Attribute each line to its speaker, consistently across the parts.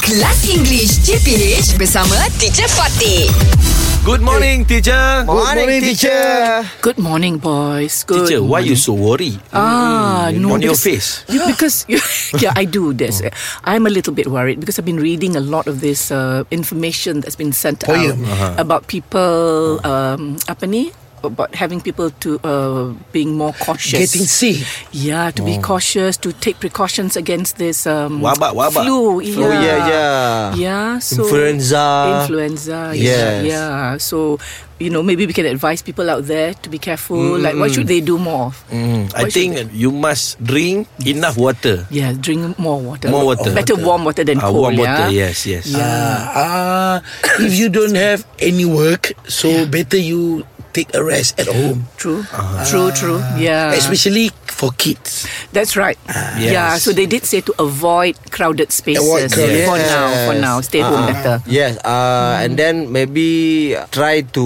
Speaker 1: Kelas English CPH bersama Teacher Fatih.
Speaker 2: Good morning, teacher.
Speaker 3: Good morning, teacher.
Speaker 4: Good morning, boys. Good.
Speaker 2: Teacher, why you so worried
Speaker 4: Ah, no.
Speaker 2: on your
Speaker 4: because-
Speaker 2: face? Oh.
Speaker 4: You- because you, yeah, I do this. I'm a little bit worried because I've been reading a lot of this uh, information that's been sent
Speaker 3: Poem.
Speaker 2: uh-huh.
Speaker 4: out about people.
Speaker 2: Oh.
Speaker 4: Um, apa ni? About having people to uh, being more cautious.
Speaker 3: Getting sick.
Speaker 4: Yeah, to be cautious, to take precautions against this um,
Speaker 2: Oh. Wabak, wabak.
Speaker 4: flu. Yeah.
Speaker 3: Flu, yeah,
Speaker 2: Ah.
Speaker 3: yeah.
Speaker 4: Yeah, so
Speaker 3: Influenza.
Speaker 4: influenza.
Speaker 3: Yes.
Speaker 4: Yeah, yeah. So you know, maybe we can advise people out there to be careful. Like, what should they do more? of?
Speaker 2: Mm, I
Speaker 4: What should
Speaker 2: think you must drink enough water.
Speaker 4: Yeah, drink more water.
Speaker 2: More water.
Speaker 4: Better warm water than
Speaker 2: Ah,
Speaker 4: cold.
Speaker 2: warm water,
Speaker 4: yeah?
Speaker 2: yes, yes.
Speaker 4: Yeah.
Speaker 3: Ah, if you don't have any work, so better you take a rest at home.
Speaker 4: True.
Speaker 2: Uh-huh.
Speaker 4: True. True.
Speaker 2: Ah.
Speaker 4: Yeah.
Speaker 3: Especially for kids.
Speaker 4: That's right.
Speaker 2: Yes.
Speaker 4: Yeah. So they did say to avoid crowded spaces
Speaker 3: Avoid crowded.
Speaker 4: for now. For
Speaker 5: Yes.
Speaker 4: now, stay home
Speaker 2: Ah.
Speaker 5: Uh-uh.
Speaker 4: better.
Speaker 5: Yes, uh, and then maybe try to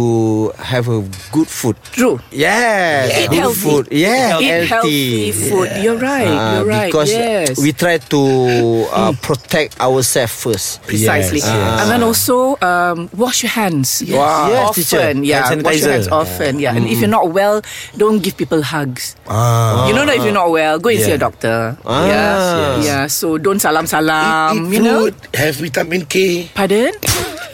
Speaker 5: have a good food.
Speaker 4: True.
Speaker 5: Yes,
Speaker 4: Eat
Speaker 5: good
Speaker 4: healthy.
Speaker 5: food. Yeah,
Speaker 4: Eat healthy food. You're right.
Speaker 2: Ah,
Speaker 5: Uh,
Speaker 4: You're right.
Speaker 5: Because
Speaker 4: yes. Hmm.
Speaker 5: we try to uh, protect ourselves first.
Speaker 4: Precisely.
Speaker 2: Yes, yes.
Speaker 4: And then also um, wash your hands.
Speaker 5: Wow. Yes,
Speaker 4: often.
Speaker 5: teacher.
Speaker 4: Yeah.
Speaker 2: Hand
Speaker 4: Wash your hands
Speaker 2: sanitizer.
Speaker 4: often. Yeah. And if you're not well, don't give people hugs.
Speaker 2: Ah.
Speaker 4: You know that if you're not well, go and see
Speaker 2: Yeah.
Speaker 4: a doctor.
Speaker 5: Ah.
Speaker 4: Yeah.
Speaker 2: Yes.
Speaker 4: Yeah. So don't salam
Speaker 3: Eat
Speaker 4: salam. Um, you know.
Speaker 3: food, have vitamin K,
Speaker 4: Pardon?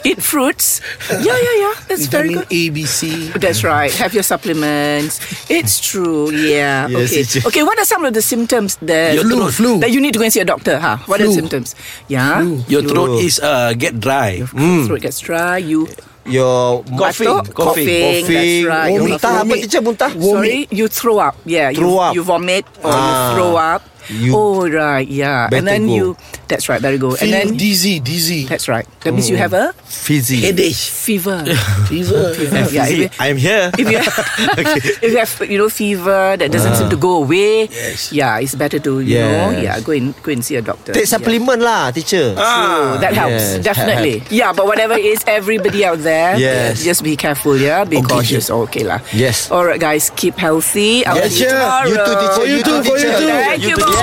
Speaker 4: Eat fruits. Yeah, yeah, yeah. That's very
Speaker 3: vitamin
Speaker 4: good.
Speaker 3: A, B, C.
Speaker 4: That's right. Have your supplements. It's true. Yeah.
Speaker 5: Yes,
Speaker 4: okay.
Speaker 5: it's true.
Speaker 4: Okay. What are some of the symptoms that
Speaker 2: Your Flu, throat.
Speaker 3: flu.
Speaker 4: that you need to go and see a doctor? Huh? What are the
Speaker 3: Flu.
Speaker 4: symptoms? Yeah.
Speaker 2: Your throat is uh, get dry.
Speaker 4: Throat gets dry. You
Speaker 5: Your
Speaker 2: Coughing,
Speaker 4: batuk,
Speaker 2: coughing.
Speaker 4: coughing. That's
Speaker 5: coughing,
Speaker 4: right. You
Speaker 5: muntah
Speaker 4: have
Speaker 5: apa
Speaker 4: vomit.
Speaker 5: teacher muntah?
Speaker 4: Sorry, you throw up. Yeah, you,
Speaker 5: Throw up.
Speaker 4: you vomit or you
Speaker 5: Ah.
Speaker 4: throw up.
Speaker 5: You-
Speaker 4: oh right, yeah. And
Speaker 5: Better
Speaker 4: then
Speaker 5: go.
Speaker 4: you. That's right. There you go.
Speaker 3: Feel
Speaker 4: and then
Speaker 3: dizzy, dizzy.
Speaker 4: that's right. That means
Speaker 5: Oh.
Speaker 4: you have a
Speaker 5: Fizzy.
Speaker 3: Headache.
Speaker 4: fever.
Speaker 3: Fever. yeah.
Speaker 4: yeah. if you-
Speaker 2: I'm here.
Speaker 4: if you if you have you know fever that doesn't seem to go away,
Speaker 3: Yes.
Speaker 4: yeah, it's better to you know
Speaker 5: Ah. Yes.
Speaker 4: yeah go and go and see a doctor.
Speaker 5: Take supplement lah, teacher.
Speaker 4: Yeah.
Speaker 2: Ah.
Speaker 4: That helps
Speaker 5: Yes,
Speaker 4: definitely. Yeah, but whatever it is, everybody out there,
Speaker 5: Yes.
Speaker 4: just be careful. Yeah, be cautious. Okay lah.
Speaker 5: Yes.
Speaker 4: All right, guys, keep healthy. I'll
Speaker 5: Yes,
Speaker 4: see
Speaker 5: sure. You too,
Speaker 4: tomorrow.
Speaker 5: teacher. Oh, You too, for you too.
Speaker 4: Thank you.
Speaker 2: You too,
Speaker 4: boss.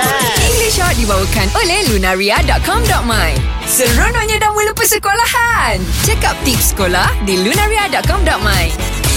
Speaker 1: English Hot dibawakan oleh lunaria.com.my. Seronoknya dah mula persekolahan. Check up tips sekolah di lunaria.com.my.